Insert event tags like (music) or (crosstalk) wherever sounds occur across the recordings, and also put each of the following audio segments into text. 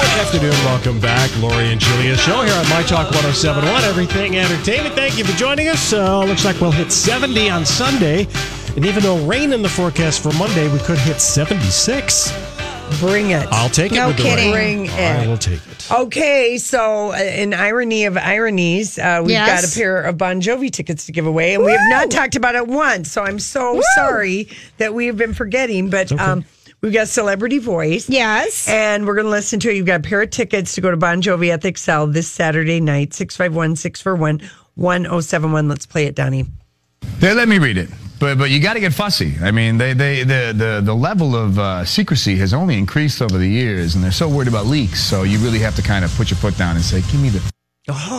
Good afternoon. Welcome back. Lori and Julia show here on My Talk 1071, Everything Entertainment. Thank you for joining us. Uh, looks like we'll hit 70 on Sunday. And even though rain in the forecast for Monday, we could hit 76. Bring it. I'll take it No with the kidding. rain. Bring it. I will take it. Okay, so uh, an irony of ironies, uh, we've Yes. got a pair of Bon Jovi tickets to give away, and we have not talked about it once. So I'm so sorry that we have been forgetting, but um, we've got Celebrity Voice. Yes. And we're going to listen to it. You've got a pair of tickets to go to Bon Jovi at the Excel this Saturday night, 651 641 1071. Let's play it, Donnie. They let me read it, but but you got to get fussy. I mean, they they the the, the level of uh, secrecy has only increased over the years, and they're so worried about leaks. So you really have to kind of put your foot down and say, "Give me the."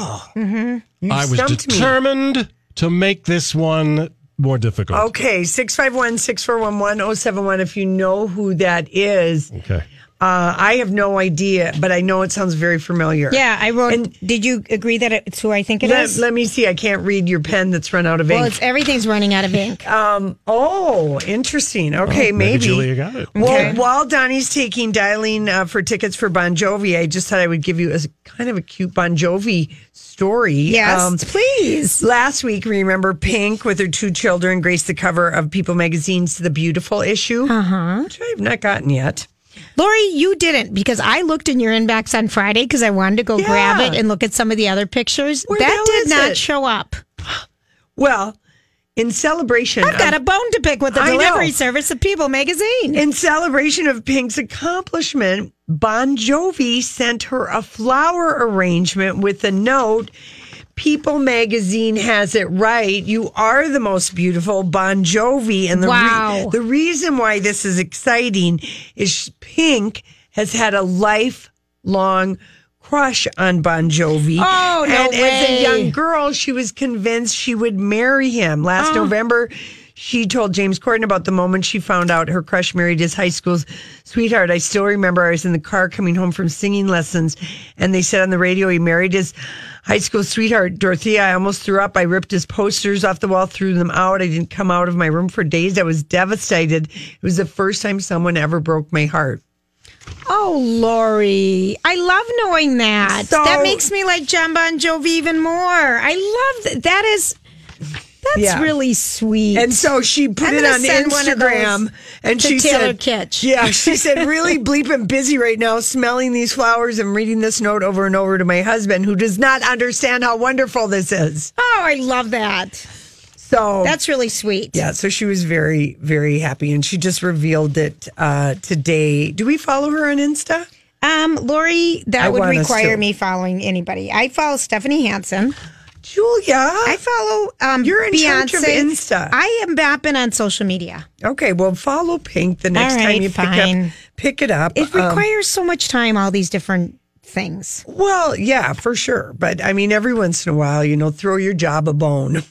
I was stumped me. determined to make this one more difficult. Okay, 651 641 1071. If you know who that is, Okay. uh, I have no idea, but I know it sounds very familiar. Yeah, I wrote. And- did you agree that it's who I think it is? let, let me see. I can't read your pen that's run out of well, ink. it's everything's running out of ink. oh, interesting. Okay, Maybe maybe. Julia got it. Well, Okay. while Donnie's taking dialing uh, for tickets for Bon Jovi, I just thought I would give you a s- kind of a cute Bon Jovi story. yes, Um, please. Last week, remember Pink with her two children graced the cover of People magazine's The Beautiful issue, uh-huh. which I have not gotten yet. Lori, you didn't because I looked in your inbox on Friday because I wanted to go grab it and look at some of the other pictures. Where the that hell did is not it? show up. Well, in celebration, I've got a bone to pick with the I know. delivery service of People Magazine. In celebration of Pink's accomplishment, Bon Jovi sent her a flower arrangement with the note People magazine has it right. You are the most beautiful Bon Jovi. And the, re- Wow. the reason why this is exciting is Pink has had a lifelong crush on Bon Jovi. Oh, no And as a way. young girl, she was convinced she would marry him. Last Oh. November, she told James Corden about the moment she found out her crush married his high school's sweetheart. I still remember I was in the car coming home from singing lessons, and they said on the radio he married his high school sweetheart, Dorothea. I almost threw up. I ripped his posters off the wall, threw them out. I didn't come out of my room for days. I was devastated. It was the first time someone ever broke my heart. Oh, Lori, I love knowing that. So- that makes me like John Bon Jovi even more. I love that. That is, that's Yeah. really sweet. And so she put I'm it gonna on send one of Instagram, those and to she Taylor said, Kitsch. (laughs) "Yeah, she said, really bleeping busy right now, smelling these flowers and reading this note over and over to my husband, who does not understand how wonderful this is." oh, I love that. So That's really sweet. yeah. So she was very, very happy, and she just revealed it uh, today. Do we follow her on Insta? Um, Lori, that I would want us require to. me following anybody. I follow Stephanie Hansen. Julia, I follow um, You're in Beyonce. charge of Insta. I am bapping on social media. okay. Well, follow Pink the next time right, you pick up, fine. pick it up. It Um, requires so much time, all these different things. Well, yeah, for sure. But I mean, every once in a while, you know, throw your job a bone.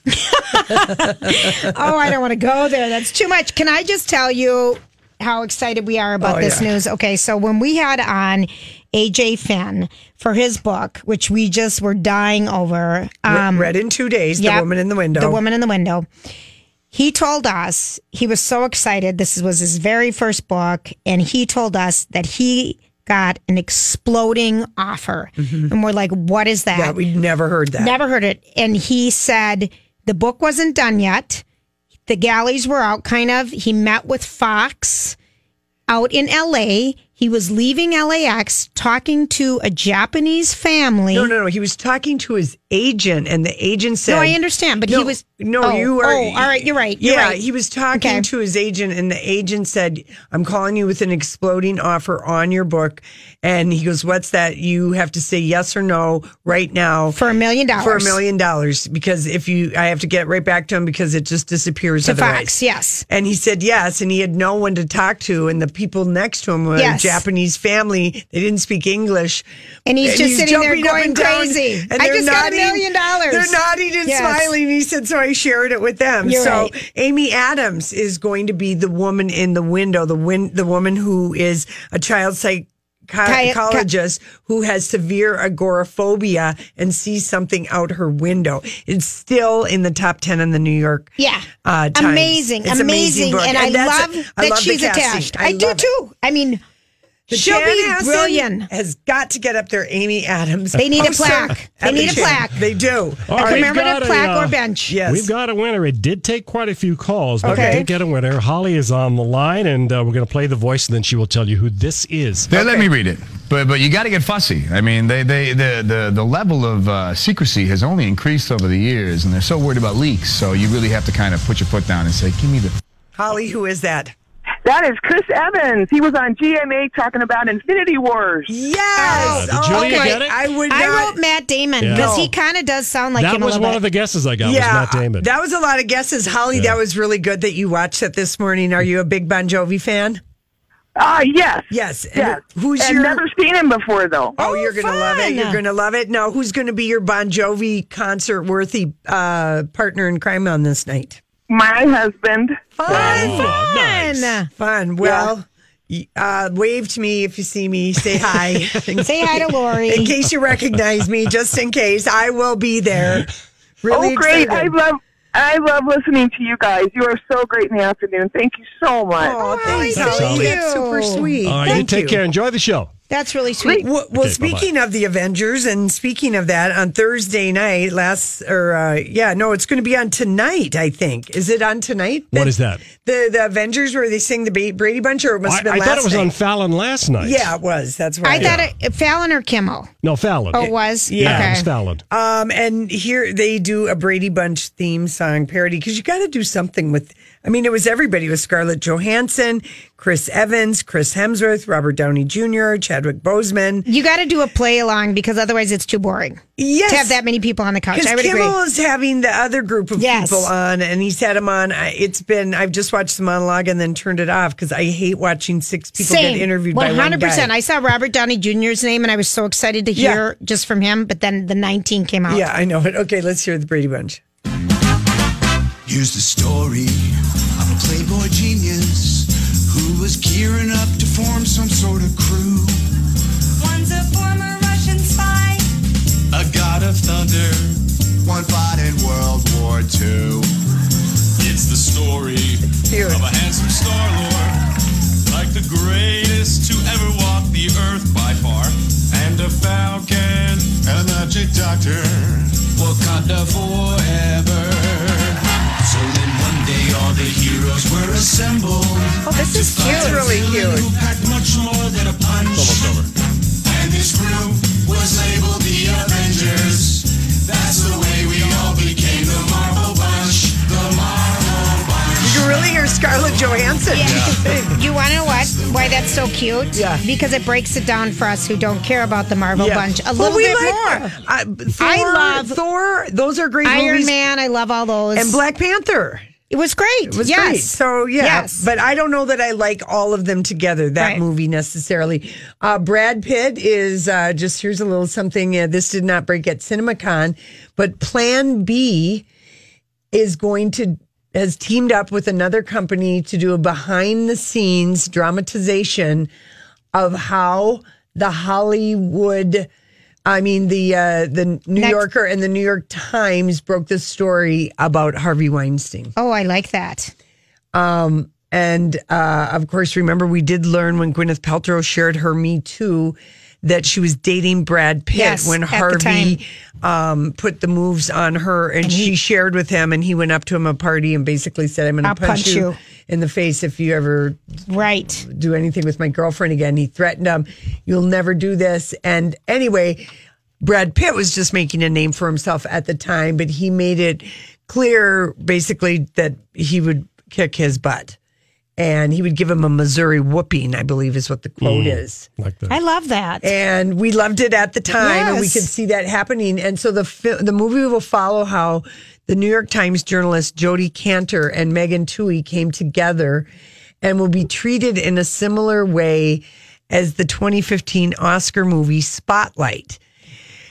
oh, I don't want to go there. That's too much. Can I just tell you how excited we are about Oh, this yeah. news? Okay, so when we had on AJ Finn for his book, which we just were dying over, um, read in two days. yep, the woman in the window. the woman in the window. He told us he was so excited. This was his very first book, and he told us that he got an exploding offer, and we're like, "What is that?" Mm-hmm. Yeah, we'd never heard that. Never heard it. And he said the book wasn't done yet. The galleys were out, kind of. He met with Fox out in LA. He was leaving LAX talking to a Japanese family. No, no, no. He was talking to his agent, and the agent said, No, I understand, but he No, was. No, oh, you are. Oh, all right, you're right. You're yeah, right. he was talking Okay. to his agent, and the agent said, "I'm calling you with an exploding offer on your book." And he goes, "What's that? You have to say yes or no right now for a million dollars for a million dollars because if you, I have to get right back to him because it just disappears to otherwise." Fox. Yes. And he said yes, and he had no one to talk to, and the people next to him were Yes. a Japanese family. They didn't speak English, And he's and just sitting there jumping up going and down, crazy. and I they're just got a nodding- million dollars. They're nodding and Yes. smiling. He said, so I shared it with them. You're so right. Amy Adams is going to be the woman in the window, the win- the woman who is a child psych. Ki- Psychologist who has severe agoraphobia and sees something out her window. It's still in the top ten in the New York. Yeah. uh, Times. Amazing. It's an amazing. book. and, I that's- love that love the she's casting. attached. I, do love it. too. I mean, The she'll Jan be Assen brilliant. Has got to get up there, Amy Adams. They need a poster plaque. at They the need a gym. plaque. They All do. A right, we've commemorative Oh, got plaque or bench. Yes. We've got a winner. It did take quite a few calls, but Okay. we did get a winner. Holly is on the line, and uh, we're going to play the voice, and then she will tell you who this is. They let me read it, but but you got to get fussy. I mean, they, they the the the level of uh, secrecy has only increased over the years, and they're so worried about leaks. So you really have to kind of put your foot down and say, "Give me the." Holly, who is that? That is Chris Evans. He was on GMA talking about Infinity Wars. Yes. did Julia get it? I would not. I wrote Matt Damon Yeah. because No. he kind of does sound like that him a was little one bit. of the guesses I got. yeah, was Matt Damon. that was a lot of guesses. Holly, Yeah. that was really good that you watched it this morning. Are you a big Bon Jovi fan? Ah, yes. Yes. And Yes. who's I've your- never seen him before, though. Oh, you're gonna love it. fun. You're gonna love it. Now, who's gonna be your Bon Jovi concert worthy uh, partner in crime on this night? My husband. Fun. Oh, nice. Fun. Fun. Well, y uh, wave to me if you see me. Say hi. (laughs) Say (laughs) hi to Lori. in case you recognize me, just in case, I will be there. Really oh, great. excited. I love I love listening to you guys. You are so great in the afternoon. Thank you so much. Oh, thanks, thank Holly. you. That's super sweet. All right, you Thank take care. Enjoy the show. That's really sweet. Well, well Okay, speaking of the Avengers, and speaking of that, on Thursday night, last or uh, yeah, no, it's going to be on tonight. I think is it on tonight? What is that? The the Avengers where they sing the Ba- Brady Bunch, or it must I, have been I last thought it was night. on Fallon last night. Yeah, it was. That's right. I thought it Fallon or Kimmel. No, Fallon. Oh, it was. Yeah, it was Okay. Fallon. Um, and here they do a Brady Bunch theme song parody because you got to do something with. I mean, it was everybody. It was Scarlett Johansson, Chris Evans, Chris Hemsworth, Robert Downey Jr., Chadwick Boseman. You got to do a play along because otherwise it's too boring Yes, to have that many people on the couch. Because I would Kimmel agree. is having the other group of Yes. people on, and he's had them on. I- It's been I've just watched the monologue and then turned it off because I hate watching six people get interviewed by one guy. I saw Robert Downey Jr.'s name and I was so excited to Yeah. hear just from him, but then the 19 came out. yeah, I know it. Okay, let's hear the Brady Bunch. Here's the story of a playboy genius who was gearing up to form some sort of crew. One's a former Russian spy. A god of thunder, one fought in World War II. It's the story Here. of a handsome star lord, like the greatest to ever walk the earth by far, and a falcon, and a magic doctor, Wakanda forever. So then one day all the heroes were assembled. Oh, this is cute. It's really cute. Who packed much more than a punch. Almost over. And this group was labeled the Avengers. That's the way we all became the Marvel Bunch. The Marvel Bunch. You can really hear Scarlett Johansson. You want to know what? Why that's so cute? Yeah. Because it breaks it down for us who don't care about the (laughs) Marvel Yeah. bunch a Well, little we bit like- more. I, Thor, I love- Thor. Those are great Iron movies. Man, I love all those. and Black Panther. It was great. It was yes. great. So yeah, Yes. but I don't know that I like all of them together. That Right. movie necessarily. Uh, Brad Pitt is uh, just here's a little something. Uh, this did not break at CinemaCon, but Plan B is going to has teamed up with another company to do a behind the scenes dramatization of how the Hollywood. I mean the uh, the New Next- Yorker and the New York Times broke this story about Harvey Weinstein. Oh, I like that. And uh, of course, remember we did learn when Gwyneth Paltrow shared her Me Too that she was dating Brad Pitt Yes, when at the Harvey um, put the moves on her, and, she shared with him, and he went up to him at a party and basically said, "I'm going to I'll punch, punch you. you. in the face if you ever Right. do anything with my girlfriend again. He threatened him, you'll never do this. And anyway, Brad Pitt was just making a name for himself at the time, but he made it clear basically that he would kick his butt. And he would give him a Missouri whooping, I believe is what the quote is. Like that. I love that. And we loved it at the time, and we Yes. could see that happening. And so the fi- the movie will follow how the New York Times journalist Jodi Cantor and Megan Toohey came together, and will be treated in a similar way as the 2015 Oscar movie Spotlight.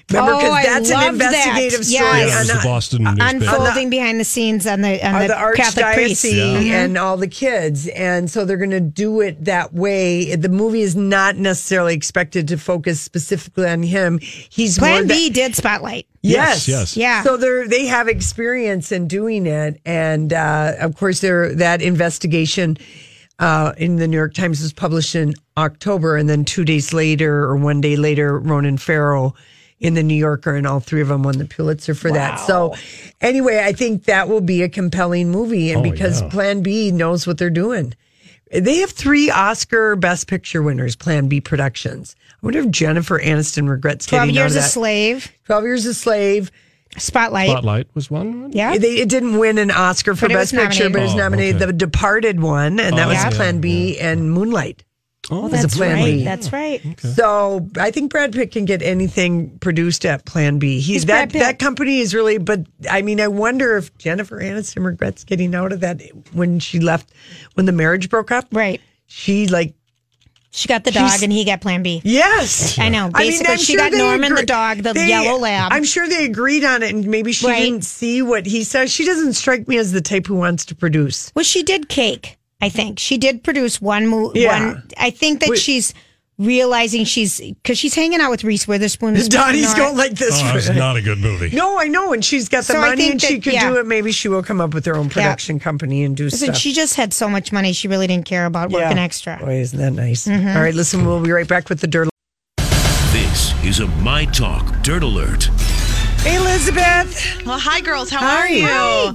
Remember, Oh, because I that's an loved that. investigative story Yes. yeah, it was on the Boston Uh, newspaper. Unfolding behind the scenes on the on the, the, Catholic Mm-hmm. priest. archdiocese and all the kids. And so they're going to do it that way. The movie is not necessarily expected to focus specifically on him. He's more Plan the- B did spotlight. Yes, Yes, yes. Yeah. So they they have experience in doing it, and uh, of course, there that investigation uh, in the New York Times was published in October, and then two days later or one day later, Ronan Farrow in the New Yorker, and all three of them won the Pulitzer for that. So anyway, I think that will be a compelling movie, and Oh, because yeah. Plan B knows what they're doing. They have three Oscar Best Picture winners, Plan B Productions. I wonder if Jennifer Aniston regrets Twelve getting years out a of that. slave. Twelve Years a Slave. Spotlight. Spotlight was one. Yeah. It- They, it didn't win an Oscar for But it was Best Picture, but it was nominated. Oh, nominated. okay. The Departed one, and that Oh, was yeah, Plan B and Moonlight. Oh, that's a plan right. B. That's right. So I think Brad Pitt can get anything produced at Plan B. He's He's that Brad Pitt. that company is really. But I mean, I wonder if Jennifer Aniston regrets getting out of that when she left when the marriage broke up. Right. She like She got the dog She's- and he got Plan B. yes. I know. Basically, I'm she sure got they Norman agree- the dog, the they- yellow lab. I'm sure they agreed on it, and maybe she Right. didn't see what he says. She doesn't strike me as the type who wants to produce. well, she did cake. I think she did produce one movie. Yeah. One. I think that Wait. she's realizing she's because she's hanging out with Reese Witherspoon. (laughs) who's Donnie's Nora. going like this. Oh, that was not a good movie. no, I know, and she's got the So I money, think and she that- could yeah. do it. Maybe she will come up with her own production company and do Listen, stuff. she just had so much money, she really didn't care about Yeah. working extra. Boy, isn't that nice? Mm-hmm. All right, listen, we'll be right back with the dirt. This is a My Talk Dirt Alert. Hey, Elizabeth. Well, hi, girls. How Hi. are you? Hey,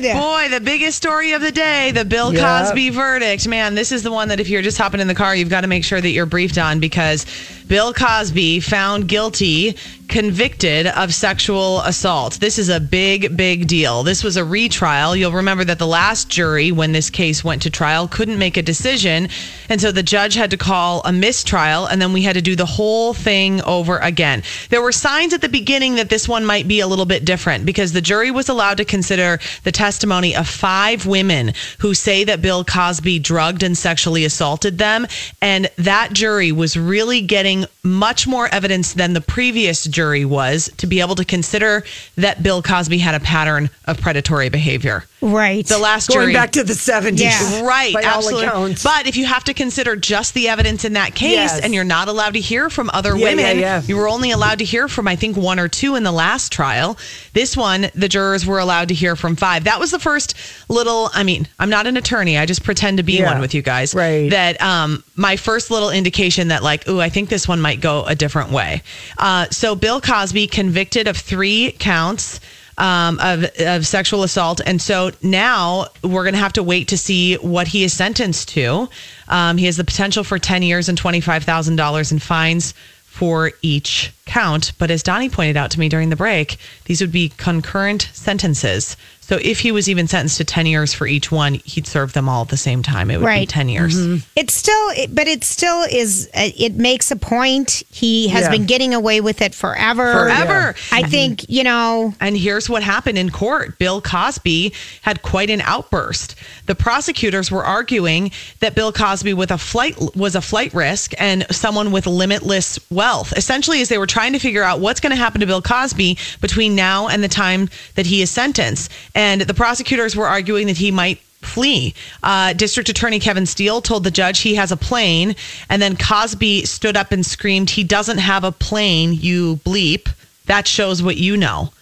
good. Boy, the biggest story of the day the Bill Yep. Cosby verdict. Man, this is the one that if you're just hopping in the car, you've got to make sure that you're briefed on because Bill Cosby found guilty, convicted of sexual assault. This is a big, big deal. This was a retrial. You'll remember that the last jury, when this case went to trial, couldn't make a decision. And so the judge had to call a mistrial, and then we had to do the whole thing over again. There were signs at the beginning that this one might be a little bit different because the jury was allowed to consider the testimony of five women who say that Bill Cosby drugged and sexually assaulted them. And that jury was really getting much more evidence than the previous jury was to be able to consider that Bill Cosby had a pattern of predatory behavior. Right. The last Going jury back to the 70s. Yeah. (laughs) Right, By absolutely. all accounts. But if you have to consider just the evidence in that case Yes. and you're not allowed to hear from other Yeah, women, yeah, yeah. you were only allowed to hear from, I think, one or two in the last trial. This one, the jurors were allowed to hear from five. That was the first little, I mean, I'm not an attorney. I just pretend to be Yeah. one with you guys. Right. That um, my first little indication that, like, ooh, I think this one might go a different way. Uh, so Bill Cosby convicted of three counts um, of, of sexual assault. And so now we're going to have to wait to see what he is sentenced to. Um, he has the potential for 10 years and $25,000 in fines for each count. But as Donnie pointed out to me during the break, these would be concurrent sentences. So if he was even sentenced to 10 years for each one, he'd serve them all at the same time. It would be Right. 10 years. It's still, it, but it still is. uh, It makes a point. He has Yeah. been getting away with it forever. Forever. I think you know. And here's what happened in court Bill Cosby had quite an outburst. The prosecutors were arguing that Bill Cosby with a flight was a flight risk and someone with limitless wealth. Essentially, as they were trying to figure out what's going to happen to Bill Cosby between now and the time that he is sentenced. And the prosecutors were arguing that he might flee. Uh, District Attorney Kevin Steele told the judge he has a plane. And then Cosby stood up and screamed, He doesn't have a plane, you bleep. That shows what you know.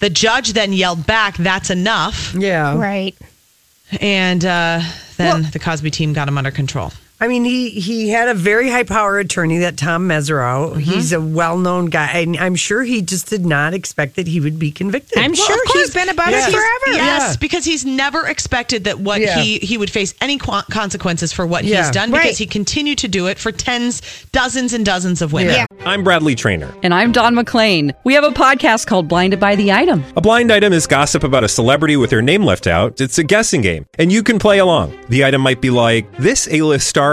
The judge then yelled back, That's enough. yeah. Right. And uh, then the Cosby team got him under control. I mean, he he had a very high power attorney, that Tom Mesereau. Mm-hmm. He's a well known guy, and I'm sure he just did not expect that he would be convicted. I'm Well, sure of he's course. been above Yes. it forever. Yes, Yeah. because he's never expected that what Yeah. he he would face any qu- consequences for what Yeah. he's done because Right. he continued to do it for tens, dozens, and dozens of women. Yeah. I'm Bradley Trainer. And I'm Don McClain. We have a podcast called Blinded by the Item. A blind item is gossip about a celebrity with their name left out. It's a guessing game, and you can play along. The item might be like this: A-list star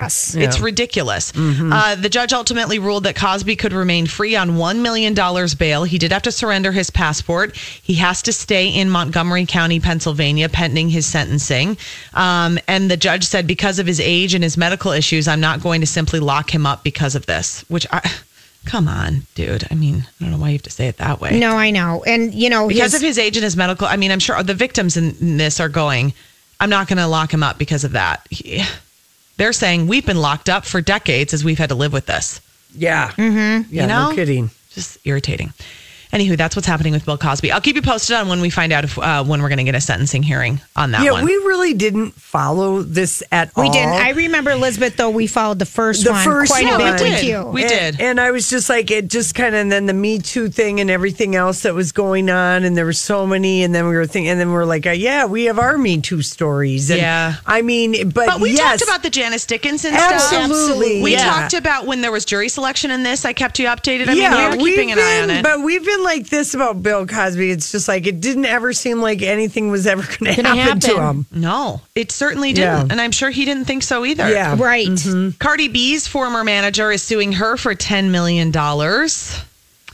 Yes. It's ridiculous. Uh, the judge ultimately ruled that Cosby could remain free on $1 million bail. He did have to surrender his passport. He has to stay in Montgomery County, Pennsylvania, pending his sentencing. Um, and the judge said, because of his age and his medical issues, I'm not going to simply lock him up because of this, which I. Come on, dude. I mean, I don't know why you have to say it that way. No, I know. And, you know, Because his- of his age and his medical, I mean, I'm sure the victims in, in this are going, I'm not going to lock him up because of that. He- they're saying we've been locked up for decades as we've had to live with this. Yeah, Mm-hmm. yeah, no know? kidding. Just irritating. Anywho, that's what's happening with Bill Cosby. I'll keep you posted on when we find out if, uh, when we're going to get a sentencing hearing on that yeah, one. we really didn't follow this at all. We didn't. I remember Elizabeth though. We followed the first Oh. the one first quite one. a bit we with did. you. We and, did. and I was just like, it just kind of, and then the Me Too thing and everything else that was going on, and there were so many, and then we were thinking, and then we were like, uh, yeah, we have our Me Too stories, and Yeah. I mean, but, But we yes, talked about the Janice Dickinson stuff. Absolutely, We yeah. talked about when there was jury selection in this. I kept you updated. I mean, we were we've keeping an been, eye on it. but we've been like this about Bill Cosby. It's just like it didn't ever seem like anything was ever going to happen, Gonna to happen. him. no, it certainly Yeah. didn't. And I'm sure he didn't think so either. Yeah, Right. Mm-hmm. Cardi B's former manager is suing her for $10 million.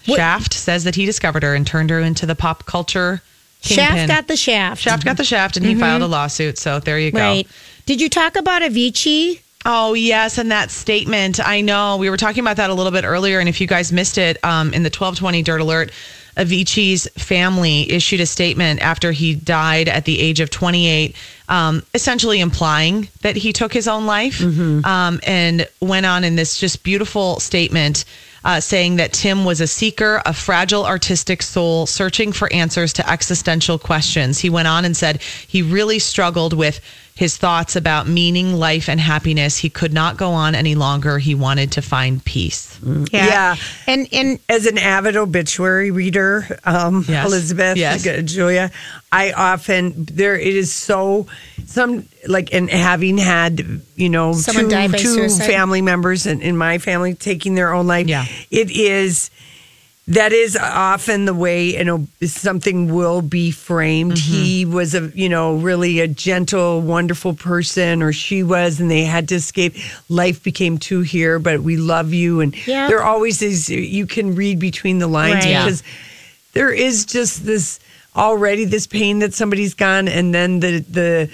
Shaft says that he discovered her and turned her into the pop culture Shaft kingpin. got the shaft. Shaft got the shaft, and he filed a lawsuit. So there you go. Right. Did you talk about Avicii? Oh yes, and that statement. I know we were talking about that a little bit earlier, and if you guys missed it, um, in the twelve twenty dirt alert, Avicii's family issued a statement after he died at the age of twenty eight, um, essentially implying that he took his own life, um, and went on in this just beautiful statement. Uh, saying that Tim was a seeker, a fragile artistic soul searching for answers to existential questions. He went on and said he really struggled with his thoughts about meaning, life, and happiness. He could not go on any longer. He wanted to find peace. Yeah. Mm. Yeah. And and As an avid obituary reader, um, Yes. Elizabeth, Yes. G- Julia, I often there it is so some like and having had you know Someone two, died by two suicide? family members in, in my family taking their own life. Yeah. it is. That is often the way you know something will be framed. Mm-hmm. He was a you know really a gentle, wonderful person, or she was, and they had to escape. Life became too here, but we love you, and Yeah. there always is. You can read between the lines Right. Yeah. because there is just this already this pain that somebody's gone, and then the the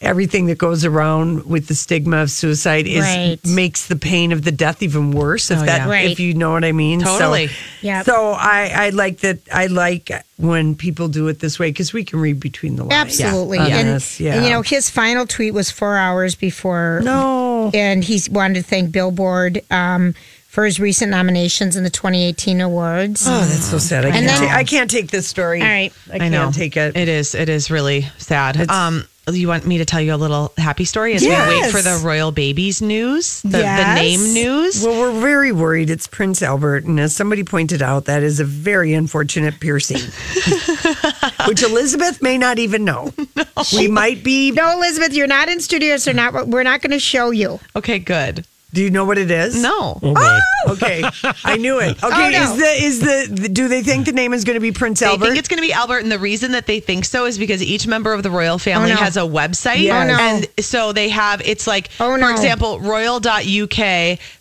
everything that goes around with the stigma of suicide is Right. makes the pain of the death even worse. If Oh, that yeah. Right. if you know what I mean. Totally. So, Yep. So I I like that. I like when people do it this way because we can read between the lines. absolutely. Yeah. On And, this, yeah. and, you know, his final tweet was four hours before No. and he wanted to thank Billboard um, for his recent nominations in the twenty eighteen awards. Oh, that's so sad. I can't, then- ta- I can't take this story. All right. Oh. I can't take it. It is. It is really sad. um, you want me to tell you a little happy story as we wait Yes. for the royal babies news, the, Yes. the name news. Well, we're very worried. It's Prince Albert, and as somebody pointed out, that is a very unfortunate piercing, (laughs) which Elizabeth may not even know. We might be. No, Elizabeth, you're not in studios. They're not. We're not going to show you. Okay, good. Do you know what it is? No, Oh, boy. Okay, I knew (laughs) it. Okay, Oh, no. is the is the, do they think the name is going to be Prince they Albert? think it's going to be Albert, and the reason that they think so is because each member of the royal family Oh, no. has a website, Yes. Oh, no. and so they have. It's like, Oh, for no. example, royal.uk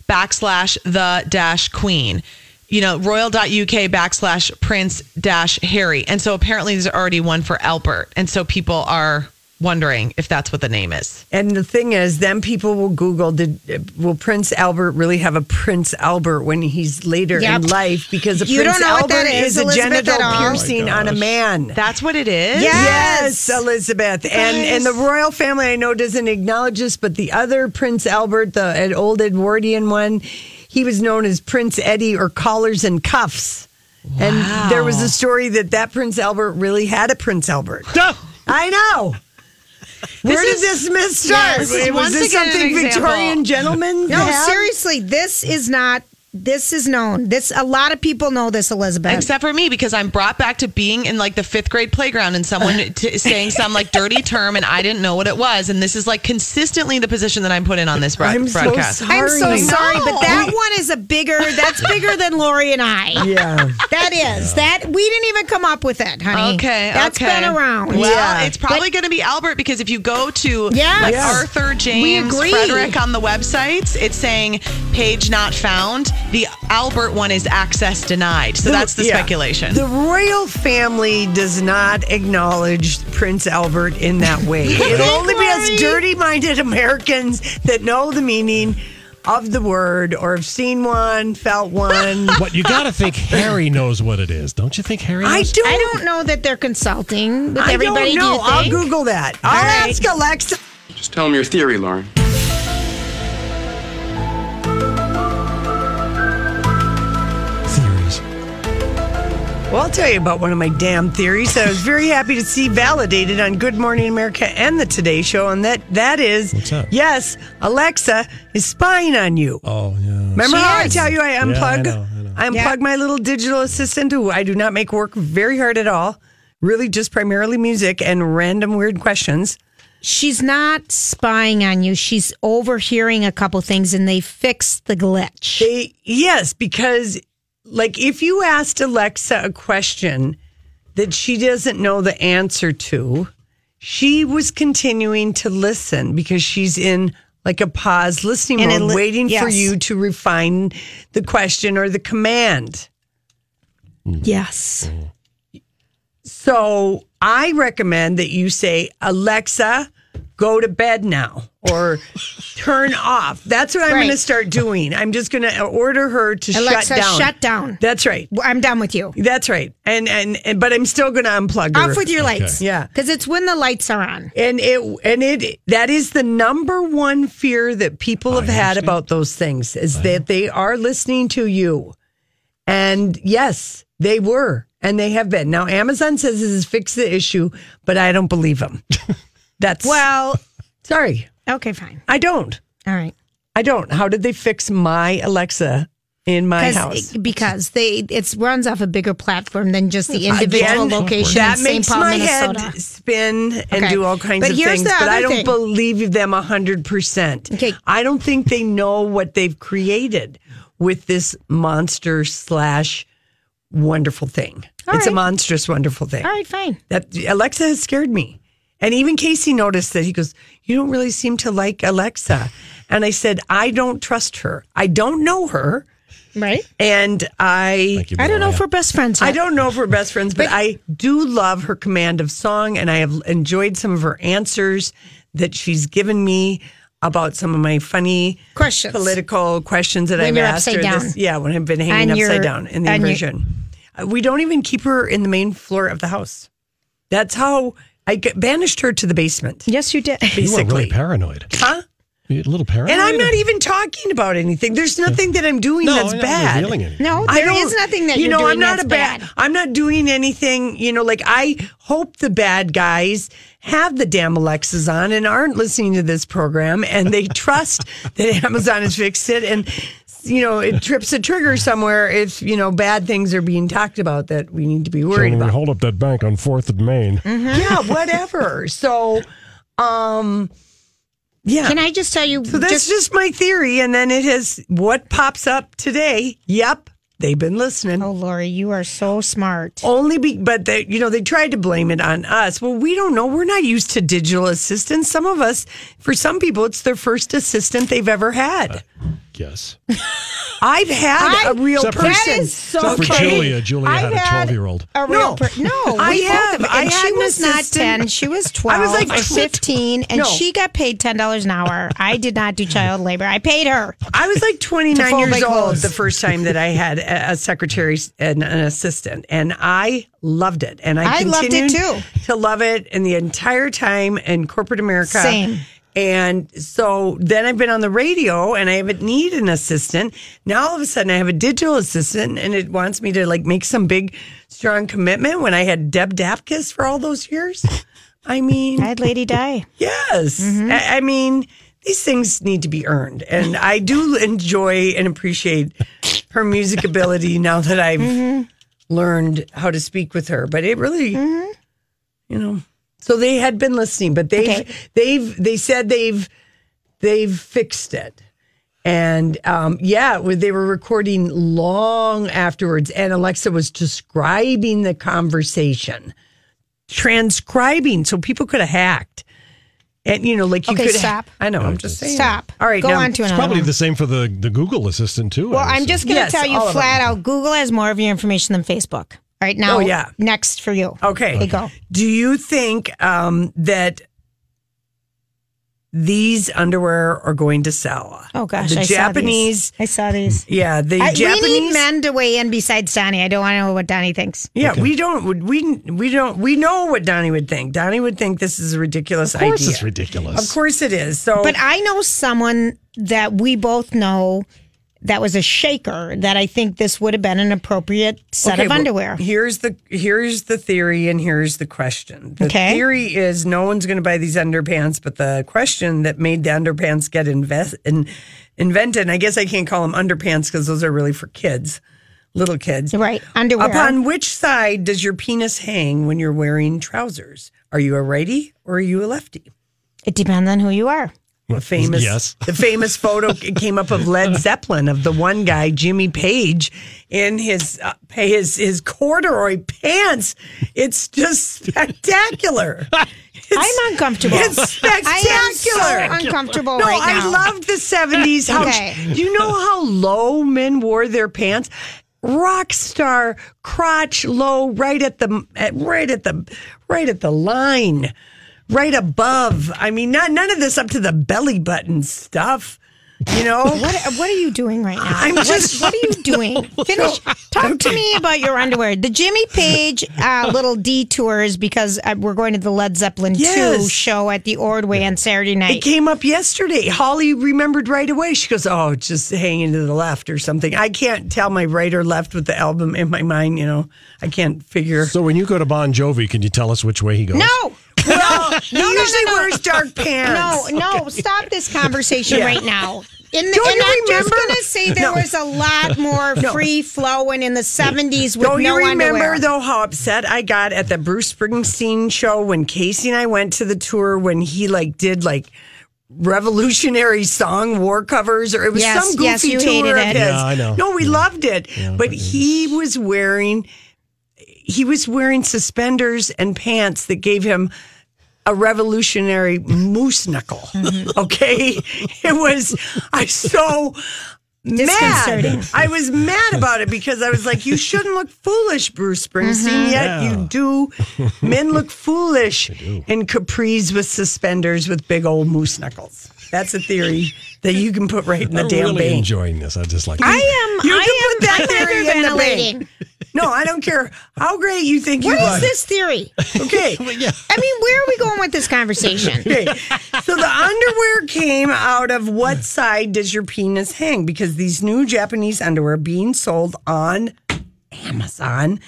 backslash the dash queen. You know, royal.uk backslash prince dash Harry, and so apparently there's already one for Albert, and so people are wondering if that's what the name is. And the thing is, then people will Google did will Prince Albert really have a Prince Albert when he's later Yep. in life? Because a You Prince don't know Albert what that is, is, a Elizabeth, at genital all. piercing on a man. That's what it is. Yes, Elizabeth, and and Guys. the royal family I know doesn't acknowledge this, but the other Prince Albert, the an old Edwardian one, he was known as Prince Eddie or Collars and Cuffs, and there was a story that that Prince Albert really had a Prince Albert. I know. Where did is- this myth start? Yes. This is was once this again an something example. Victorian gentlemen? No, had? seriously, this is not. This is known. This a lot of people know this, Elizabeth. Except for me, because I'm brought back to being in like the fifth grade playground (laughs) and someone t- saying some like dirty term and I didn't know what it was. And this is like consistently the position that I'm put in on this broad- I'm so broadcast. I'm so I know. sorry, but that one is a bigger. That's bigger than Lori and I. Yeah. that is that. We didn't even come up with it, honey. Okay, that's okay. been around. Well, it's probably going to be Albert because if you go to Yes. like Yes. Arthur We James agree. Frederick on the websites, it's saying page not found. The Albert one is access denied. So that's the yeah. speculation. The royal family does not acknowledge Prince Albert in that way. It only be us dirty-minded Americans that know the meaning of the word or have seen one, felt one. But you got to think (laughs) Harry knows what it is, don't you think Harry? I Knows? don't, know that they're consulting with I don't everybody. do know. you I'll think? Google that. All I'll right. ask Alexa. Just tell him your theory, Lauren. Theories. Well, I'll tell you about one of my damn theories that I was very happy to see validated on Good Morning America and the Today Show, and that that is What's that? yes, Alexa is spying on you. Oh yeah. Remember She how I is. tell you I Yeah, I unplug? know, I know. I, unplug my little digital assistant who I do not make work very hard at all. Really, just primarily music and random weird questions. She's not spying on you. She's overhearing a couple things, and they fixed the glitch. They Eh, yes, because like if you asked Alexa a question that she doesn't know the answer to, she was continuing to listen because she's in like a pause listening In a mode, li- waiting for yes. you to refine the question or the command. Yes. So I recommend that you say, Alexa, go to bed now (laughs) or turn off. That's what I'm Right. going to start doing. I'm just going to order her to Alexa, shut down. shut down. That's right. I'm done with you. That's right. And, and, and but I'm still going to unplug her. Off with your lights. Yeah. Because it's when the lights are on. And it and it that is the number one fear that people have had about those things is that they are listening to you. And yes, they were and they have been. Now Amazon says this has fixed the issue, but I don't believe them. That's Well, sorry. okay, fine. I don't. All right. I don't. How did they fix my Alexa in my 'Cause- house? Because they it runs off a bigger platform than just the individual Again, location That in St. makes Paul, my Minnesota. head spin and Okay. do all kinds But of here's things, the but I other don't thing. believe them 100%. Okay. I don't think they know what they've created with this monster slash wonderful thing. All it's a right. monstrous wonderful thing. All right, fine. That Alexa has scared me. And even Casey noticed that he goes, You don't really seem to like Alexa. And I said, I don't trust her. I don't know her. Right? And I Thank you, I don't know Mariah. if we're best friends. I yet. don't know if we're best friends, but I do love her command of song, and I have enjoyed some of her answers that she's given me about some of my funny Questions. political questions that When I've you're asked her. upside this- down. yeah, when I've been hanging And upside you're- down in the and you- inversion. Uh, We don't even keep her in the main floor of the house. That's how I g- banished her to the basement, Yes, you did. You were really basically. paranoid. huh? You a little paranoid. And Oh. I'm not even talking about anything. There's nothing that I'm doing No, that's I'm not bad. revealing anything. No, I Oh, there don't- is nothing that you you're know. doing I'm not that's a bad, bad. I'm not doing anything. You know, like I hope the bad guys have the damn Alexas on and aren't listening to this program, and they (laughs) trust that Amazon has fixed it, and you know it trips a trigger somewhere if you know bad things are being talked about that we need to be worried about. Mm. hold up that bank on Fourth and Main. Uh-huh. Yeah, whatever. so, um, yeah. Can I just tell you? So that's just, my theory. And then it has what pops up today. Yep, they've been listening. oh, Lori, you are so smart. Only be, but they, you know, they tried to blame it on us. Well, we don't know. We're not used to digital assistants. Some of us, for some people, it's their first assistant they've ever had. Yes. I've had a real Except for- person. That is so Except for crazy. Julia. Julia had a 12-year-old. A real no, per- no, (laughs) I we both have. of- I and had she an was not assistant. ten. She (laughs) was I twelve. was like or 12. fifteen, and No. she got paid ten dollars an hour. I did not do child labor. I paid her. I was like (laughs) To 29 fold years my old clothes. the first time that I had a, a secretary and an assistant, and I loved it. And I, I loved it, continued too. to love it, and the entire time in corporate America. Same. And so then I've been on the radio, and I haven't need an assistant. Now all of a sudden, I have a digital assistant, and it wants me to like make some big, strong commitment. When I had Deb Dapkus for all those years, I mean, I had Lady Di. Yes. I, I mean, these things need to be earned. And I do enjoy and appreciate her music ability now that I've learned how to speak with her. But it really, you know, so they had been listening, but they've, Okay. they've, they said they've, they've fixed it. And um, yeah, when they were recording long afterwards, and Alexa was describing the conversation, transcribing, so people could have hacked. And you know, like you Okay, could stop. I know. I'm just saying. Stop. All right, go now, on to It's another. probably one. the same for the, the Google Assistant, too. I Well, would I'm assume. just going to Yes, tell you all of flat out Google has more of your information than Facebook. All right now, Oh, yeah. Oh, next for you. Okay. Here you go. Do you think um, that these underwear are going to sell? Oh, gosh. the I Japanese. Saw these. I saw these. Yeah, the I- Japanese. We need men to weigh in besides Donnie. I don't want to know what Donnie thinks. Yeah, we don't. We we don't. We know what Donnie would think. Donnie would think this is a ridiculous Of course, idea. it's ridiculous. Of course it is. So, But I know someone that we both know that was a shaker that I think this would have been an appropriate set Okay, of well, underwear. here's the here's the theory, and here's the question. The Okay. theory is no one's going to buy these underpants, but the question that made the underpants get invest in, invented. And I guess I can't call them underpants because those are really for kids, little kids. right. Underwear. Upon which side does your penis hang when you're wearing trousers? Are you a righty or are you a lefty? it depends on who you are. The famous, Yes. (laughs) the famous photo c- came up of Led Zeppelin of the one guy, Jimmy Page, in his uh, pa- his his corduroy pants. It's just spectacular. I'm uncomfortable. It's I am spectacular. so uncomfortable no, right I now. loved the seventies. How Okay. you know how low men wore their pants? Rock star crotch low, right at the at, right at the right at the line, right above. I mean, not none of this up to the belly button stuff. You know, (laughs) What what are you doing right now? I'm What- just- what, (laughs) are you doing? Finish. Talk to me about your underwear. The Jimmy Page (laughs) uh, little detours because uh, we're going to the Led Zeppelin two Yes. show at the Ordway on Saturday it night. came up yesterday. Holly remembered right away. She goes, "Oh, it's just hanging to the left or something." I can't tell my right or left with the album in my mind. You know, I can't figure. So when you go to Bon Jovi, can you tell us which way he goes? No, Well, he (laughs) no, no, usually no. wears dark pants. no, no! Stop this conversation Yeah. right now. In the, Don't and you I'm just remember? gonna say No. there was a lot more free flowing in the seventies with Don't no you remember underwear. though how upset I got at the Bruce Springsteen show when Casey and I went to the tour when he like did like revolutionary song war covers or it was Yes, some goofy yes, you tour hated of it. his. Yeah, I know. No, we loved it, but he was wearing he was wearing suspenders and pants that gave him a revolutionary moose knuckle. Okay, it was I so Disconcerting. mad. I was mad about it because I was like, you shouldn't look foolish, Bruce Springsteen. Yet you do. Men look foolish in capris with suspenders with big old moose knuckles. That's a theory that you can put right in the I'm damn really bank. enjoying this. I just like. I am. You I can am put that theory in the bank. hyperventilating. No, I don't care how great you think What you is look. this theory? Okay. I mean, where are we going with (laughs) this conversation? Okay. So the underwear came out of what side does your penis hang? Because these new Japanese underwear being sold on Amazon,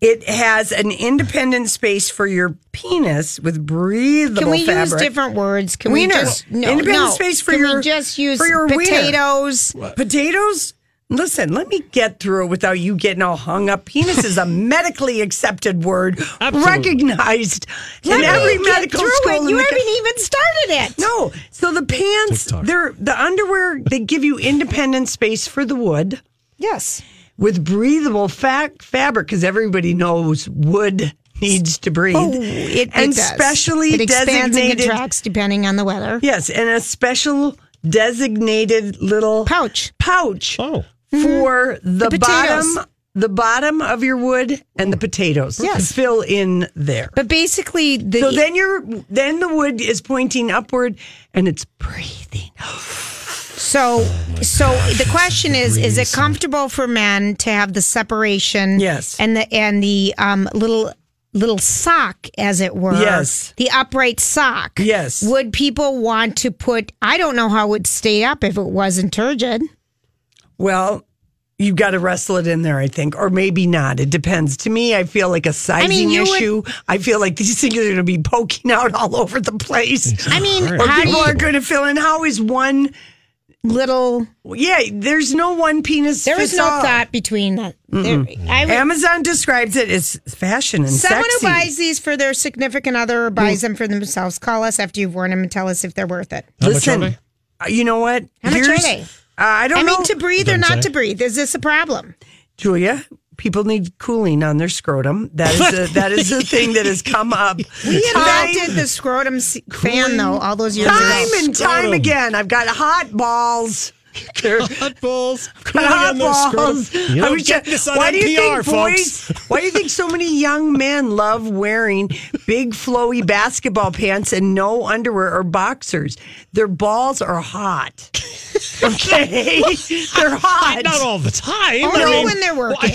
it has an independent space for your penis with breathable Can we fabric. use different words? Can Wiener. we just no, Independent no. space for Can your- we just use for your wiener. potatoes? potatoes? Listen, let me get through it without you getting all hung up. Penis is a medically accepted (laughs) word, Absolutely. recognized Let in me every get medical through school. in It. You the co- haven't even started it. No. So the pants, TikTok. they're the underwear, they give you independent space for the wood Yes. with breathable fa- fabric because everybody knows wood needs to breathe. Oh, it, it and does. specially it expands and designated. contracts depending on the weather. Yes, and a special designated little pouch pouch Oh. for the, Mm-hmm. The potatoes. bottom the bottom of your wood and the potatoes Yes. to fill in there. But basically, the, so then you're then the wood is pointing upward and it's breathing. So, so the question is: Is it comfortable for men to have the separation? Yes, and the and the um, little little sock, as it were. Yes. the upright sock. Yes. Would people want to put? I don't know how it would stay up if it wasn't turgid. Well, you've got to wrestle it in there, I think, or maybe not. It depends. To me, I feel like a sizing you would- issue. I feel like these things are going to be poking out all over the place. I mean, or how do people you- are going to fill in. How is one little? Yeah, there's no one penis. There is fits no all. thought between that. There- Mm-mm. I would- Amazon describes it as fashion and Someone sexy. who buys these for their significant other or buys them for themselves, call us after you've worn them and tell us if they're worth it. Listen, uh, you know what? How much are Here's- they? Uh, I don't I know. mean, to breathe or Doesn't not say. to breathe. Is this a problem? Julia, people need cooling on their scrotum. That is a, that is the thing that has come up. (laughs) We had Time- all did the scrotum s- fan though all those years time ago. and time again. I've got hot (laughs) balls. (laughs) hot balls. Cooling hot on their balls. scrotum. You I don't was get ju- this on why do you NPR, think boys? (laughs) Why do you think so many young men love wearing big flowy basketball pants and no underwear or boxers? Their balls are hot. (laughs) Okay, they're hot. Not all the time. Only I mean, when they're working.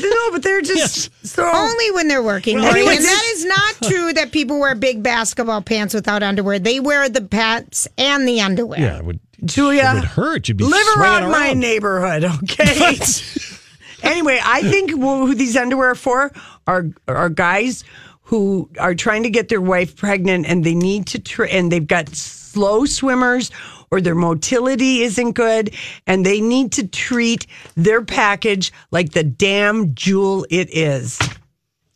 no, but they're just so. Only when they're working. Well, Lori, anyway, and that this- is not true that people wear big basketball pants without underwear. They wear the pants and the underwear. (laughs) Yeah, it would, Julia, it would hurt. You'd be live swinging around (laughs) my neighborhood, okay? (laughs) anyway, I think who who these underwear are for are are guys who are trying to get their wife pregnant and they need to tr and they've got slow swimmers or their motility isn't good and they need to treat their package like the damn jewel it is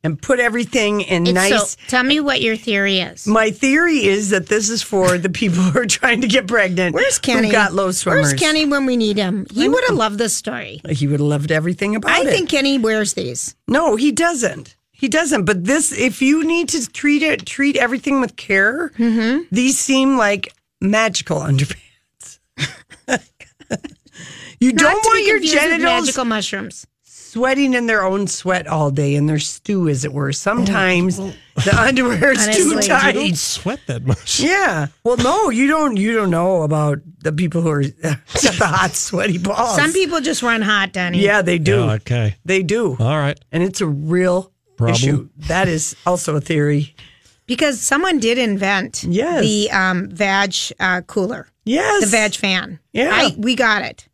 and put everything in It's nice so, tell me what your theory is. my theory is that this is for the people (laughs) who are trying to get pregnant. Where's Kenny? Who got low swimmers? Where's Kenny when we need him? He would have loved this story. He would have loved everything about I it. think Kenny wears these. no, he doesn't. He doesn't. But this, if you need to treat it, treat everything with care. Mm-hmm. These seem like magical (laughs) underpants. you Not don't to want be your confused with genitals magical mushrooms. sweating in their own sweat all day in their stew, as it were. Sometimes the underwear is too (laughs) Honestly. tight. You don't sweat that much. Yeah. Well, no, you don't. You don't know about the people who are (laughs) got the hot, sweaty balls. Some people just run hot, Donnie. Yeah, they do. Yeah, okay. They do. All right. And it's a real Problem. issue. That is also a theory. Because someone did invent Yes. the um, vag uh, cooler. Yes. The vag fan. Yeah. I, we got it.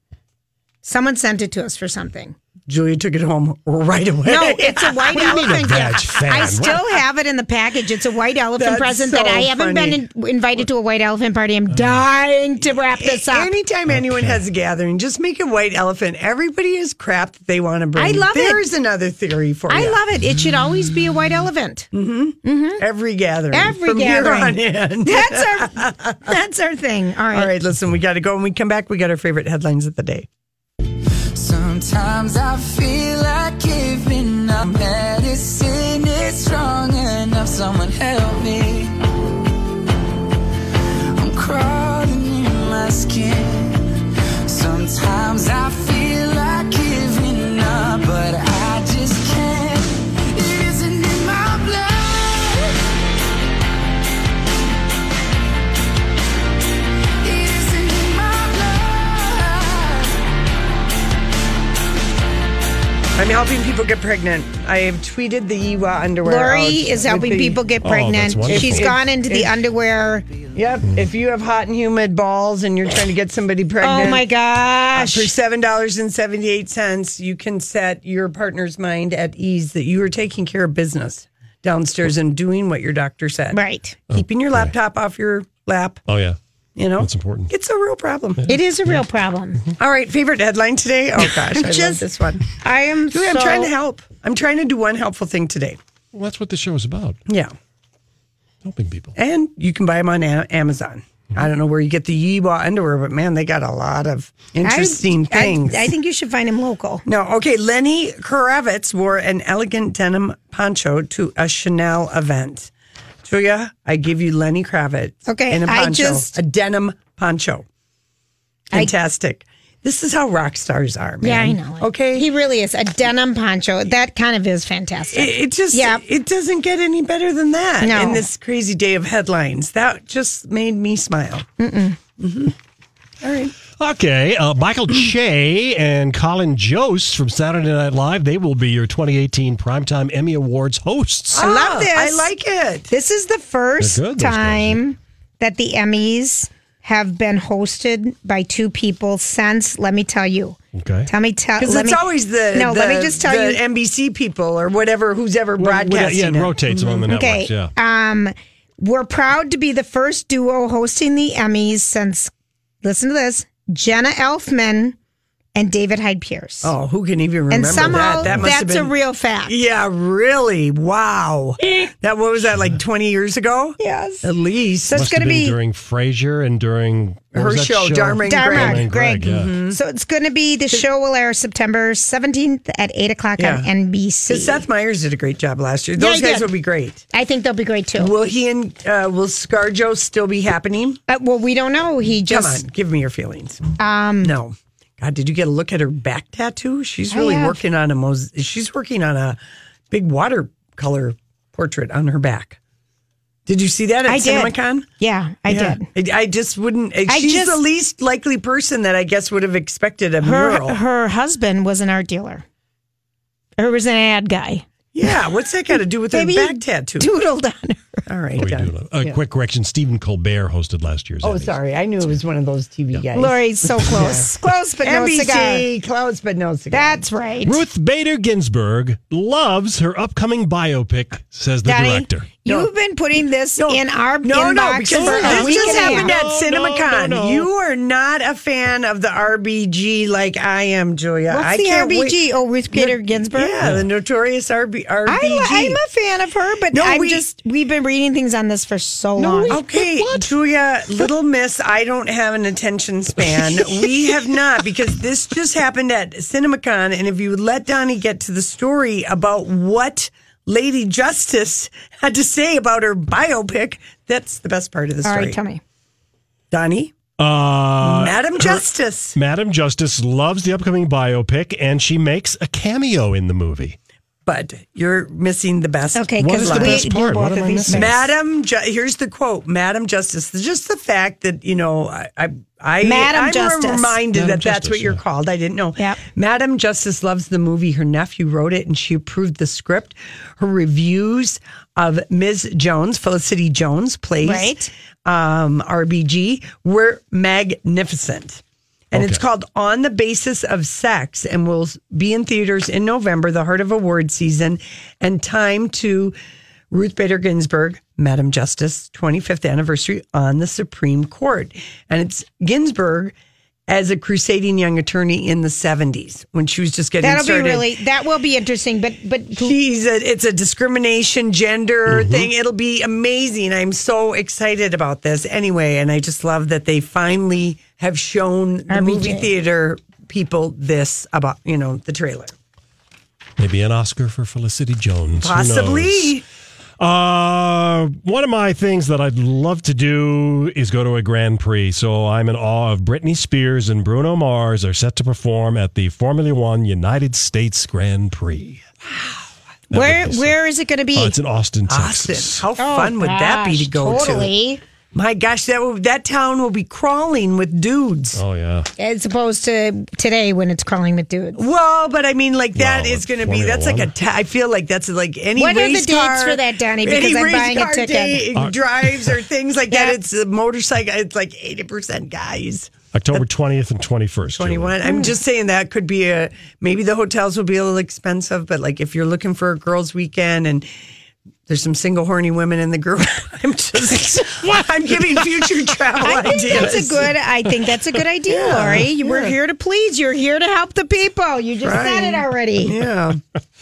Someone sent it to us for something. Julia took it home right away. No, (laughs) it's a white What do you mean a elephant vag gift. fan? I still have it in the package. It's a white elephant That's present that so I haven't funny. Uh. been in, invited to a white elephant party. I'm dying to wrap this up. Anytime anyone has a gathering, just make a white elephant. Everybody is crap that they want to bring. I love it. There's another theory for I you. love it. It should always be a (laughs) white elephant. Mm-hmm. Every gathering. Every from gathering. Here on (laughs) in. That's our that's our thing. All right. All right, listen, we got to go. When we come back, we got our favorite headlines of the day. Sometimes I feel like giving up. Medicine is strong enough. Someone help me. I'm crawling in my skin. Sometimes I feel like giving up, but I just can't. It isn't in my blood. It isn't in my blood. I'm helping people get pregnant. I have tweeted the Iwa underwear. Lori is helping people Oh, get pregnant. She's gone into the underwear. underwear. Yep. If you have hot and humid balls and you're trying to get somebody pregnant, Oh my gosh. uh, for seven dollars and seventy eight cents, you can set your partner's mind at ease that you are taking care of business downstairs and doing what your doctor said. Right. Keeping your laptop off your lap. Oh, yeah. You know, That's important. It's a real problem. It is a real problem. All right, favorite headline today. (laughs) Oh gosh, I love Just- this one. I am Julie, I'm so- trying to help. I'm trying to do one helpful thing today. Well, that's what the show is about. Yeah. Helping people. And you can buy them on A- Amazon. I don't know where you get the Yeebaw underwear, but man, they got a lot of interesting I- I- things. I think you should find him local. No, okay. Lenny Kravitz wore an elegant denim poncho to a Chanel event. Julia, I give you Lenny Kravitz. Okay, in a I poncho, just- a denim poncho. Fantastic. this is how rock stars are, man. Yeah, I know. Okay. He really is a denim poncho. That kind of is fantastic. It, it just yeah. it doesn't get any better than that No. in this crazy day of headlines. That just made me smile. All right. Okay, uh, (clears throat) Michael Che and Colin Jost from Saturday Night Live, they will be your 2018 Primetime Emmy Awards hosts. I love this. Ah, Oh, I like it. This is the first They're good, those guys. time that the Emmys have been hosted by two people since. Let me tell you. Okay. Tell me. Tell. Because let it's me- always the No. let the- me just tell the you. NBC people or whatever who's ever broadcasting. yeah, it rotates among the Mm-hmm. okay. networks. Yeah. uh, Um, we're proud to be the first duo hosting the Emmys since. Listen to this: Jenna Elfman and David Hyde Pierce. Oh, who can even remember and somehow that? That must have that's a been real Eh. fact. Yeah, really. Wow. that what was that like 20 years ago? Yes. At least. So it's Must have going to been be during Frasier and during what Her was that show, Mm-hmm. Dharma and Dharma Dharma and Greg. yeah. Mm-hmm. So it's going to be the show will air September 17th at 8 o'clock on Yeah. NBC. Because Seth Meyers did a great job last year. Yeah, Those he guys did. will be great. I think they'll be great too. Will he and uh, will ScarJo still be happening? Uh, well, we don't know. He Come just on, give me your feelings. um No. God, did you get a look at her back tattoo? She's I really have. working on a mos- she's working on a big watercolor portrait on her back. Did you see that at I did. CinemaCon? yeah, I Yeah. did. I, I just wouldn't. uh, I she's just- the least likely person that I guess would have expected a mural. Her her husband was an art dealer. Or was an ad guy. yeah, what's that got to do with her Maybe back tattoo? doodled on her. All right. What are done. you doing? A Yeah. quick correction: Stephen Colbert hosted last year's. Oh, Emmys. sorry. I knew it was one of those TV guys. Lori's so close. Close but no cigar. NBC, clouds, but no cigar. That's right. Ruth Bader Ginsburg loves her upcoming biopic, says the Donnie, director. You've been putting this in our No, inbox no, because for a this week just and happened a half. at No, CinemaCon. no, no, no. You are not a fan of the RBG like I am, Julia. What's I the can't RBG? Wait. Oh, Ruth Bader Ginsburg. Yeah, the notorious RB, RBG. I, li- I'm a fan of her, but No, I'm we- just we've been reading things on this for so long. Oh, Okay, Julia, little miss, I don't have an attention span. we have not, because this just happened at CinemaCon. And if you would let Donnie get to the story about what Lady Justice had to say about her biopic, that's the best part of the All story. right, tell me. Donnie, Uh, Madam her- Justice. Madam Justice loves the upcoming biopic, and she makes a cameo in the movie. But you're missing the best. Okay, What because is the we best do part? What am both of I these. missing? things. Madam, Ju- here's the quote, Madam Justice. Just the fact that you know, I, I, I Madam I'm Justice. reminded Madam that that's what Justice, you're yeah. called. I didn't know. Yep. Madam Justice loves the movie. Her nephew wrote it, and she approved the script. Her reviews of Ms. Jones, Felicity Jones, plays Right. um, RBG, were magnificent. And it's Okay. called On the Basis of Sex and will be in theaters in November, the heart of award season, and time to Ruth Bader Ginsburg, Madam Justice, 25th anniversary on the Supreme Court. And it's Ginsburg as a crusading young attorney in the 70s when she was just getting That'll started. be really that will be interesting. But but She's a, it's a discrimination gender Mm-hmm. thing. It'll be amazing. I'm so excited about this anyway. And I just love that they finally have shown the RBJ. movie theater people this about, you know, the trailer. Maybe an Oscar for Felicity Jones. Who knows? Possibly. Uh, one of my things that I'd love to do is go to a Grand Prix. So I'm in awe of Britney Spears and Bruno Mars are set to perform at the Formula One United States Grand Prix. Wow. where where is it going to be? Oh, it's in Austin, Austin. Texas. How Oh, fun would that be gosh, to go to? totally, My gosh, that will, that town will be crawling with dudes. Oh yeah. as opposed to today when it's crawling with dudes. Well, but I mean, like that Wow, is it's going to be. Formula That's like a. One. ta- I feel like that's like any. What are the race dates car- for that, Donnie? Because any I'm race buying a car ticket. day- Uh, (laughs) drives or things like Yeah. that. It's a motorcycle. It's like eighty percent guys. October 20th and 21st. Julie. Twenty-one. Hmm. I'm just saying that could be a. Maybe the hotels will be a little expensive, but like if you're looking for a girls' weekend and. There's some single horny women in the group. (laughs) I'm (laughs) just, I'm giving future travel I think ideas. that's a good. I think that's a good idea, Lori. You We're here to please. You're here to help the people. You just said it Right. already. Yeah,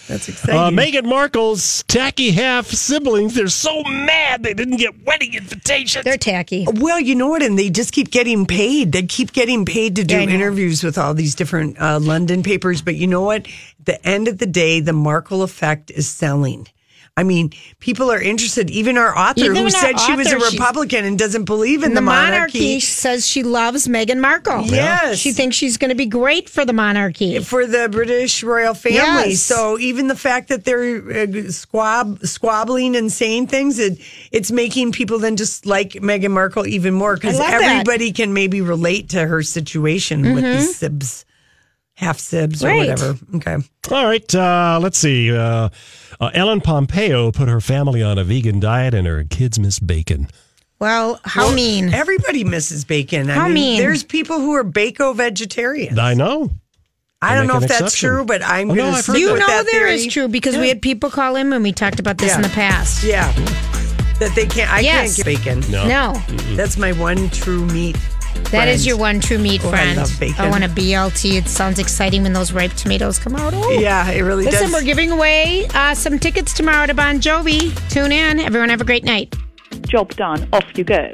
that's exciting. Uh, Meghan Markle's tacky half siblings, they're so mad they didn't get wedding invitations. They're tacky. Well, you know what? And they just keep getting paid. They keep getting paid to do Yeah, I know. interviews with all these different uh, London papers. But you know what? At the end of the day, the Markle effect is selling. I mean, people are interested. Even our author, Even who our said she was a author, she's- Republican and doesn't believe in And the, the monarchy monarchy, says she loves Meghan Markle. Yes. She thinks she's going to be great for the monarchy. for the British royal family. Yes. So even the fact that they're uh, squab squabbling and saying things, it it's making people then just like Meghan Markle even more because I love that. everybody can maybe relate to her situation with Mhm. these sibs, half sibs or Right. whatever. (laughs) Okay. All right, uh, let's see. Uh, uh, Ellen Pompeo put her family on a vegan diet, and her kids miss bacon. Well, how Well, mean? Everybody misses bacon. I How mean, mean? there's people who are baco vegetarians. I know. I don't make know an if that's exception. true, but I'm Oh, no, going I've to heard you with know there that is theory. true because we Yeah. had people call in when we talked about this Yeah. in the past. Yeah. That they can't. I can't Yes. get bacon. No. No. That's my one true meat. That is friend. your one true meat Oh, I friend. love bacon. want a BLT. It sounds exciting when those ripe tomatoes come out. Oh. Yeah, it really Listen, does. we're giving away uh, some tickets tomorrow to Bon Jovi. Tune in. Everyone have a great night. Job done. Off you go.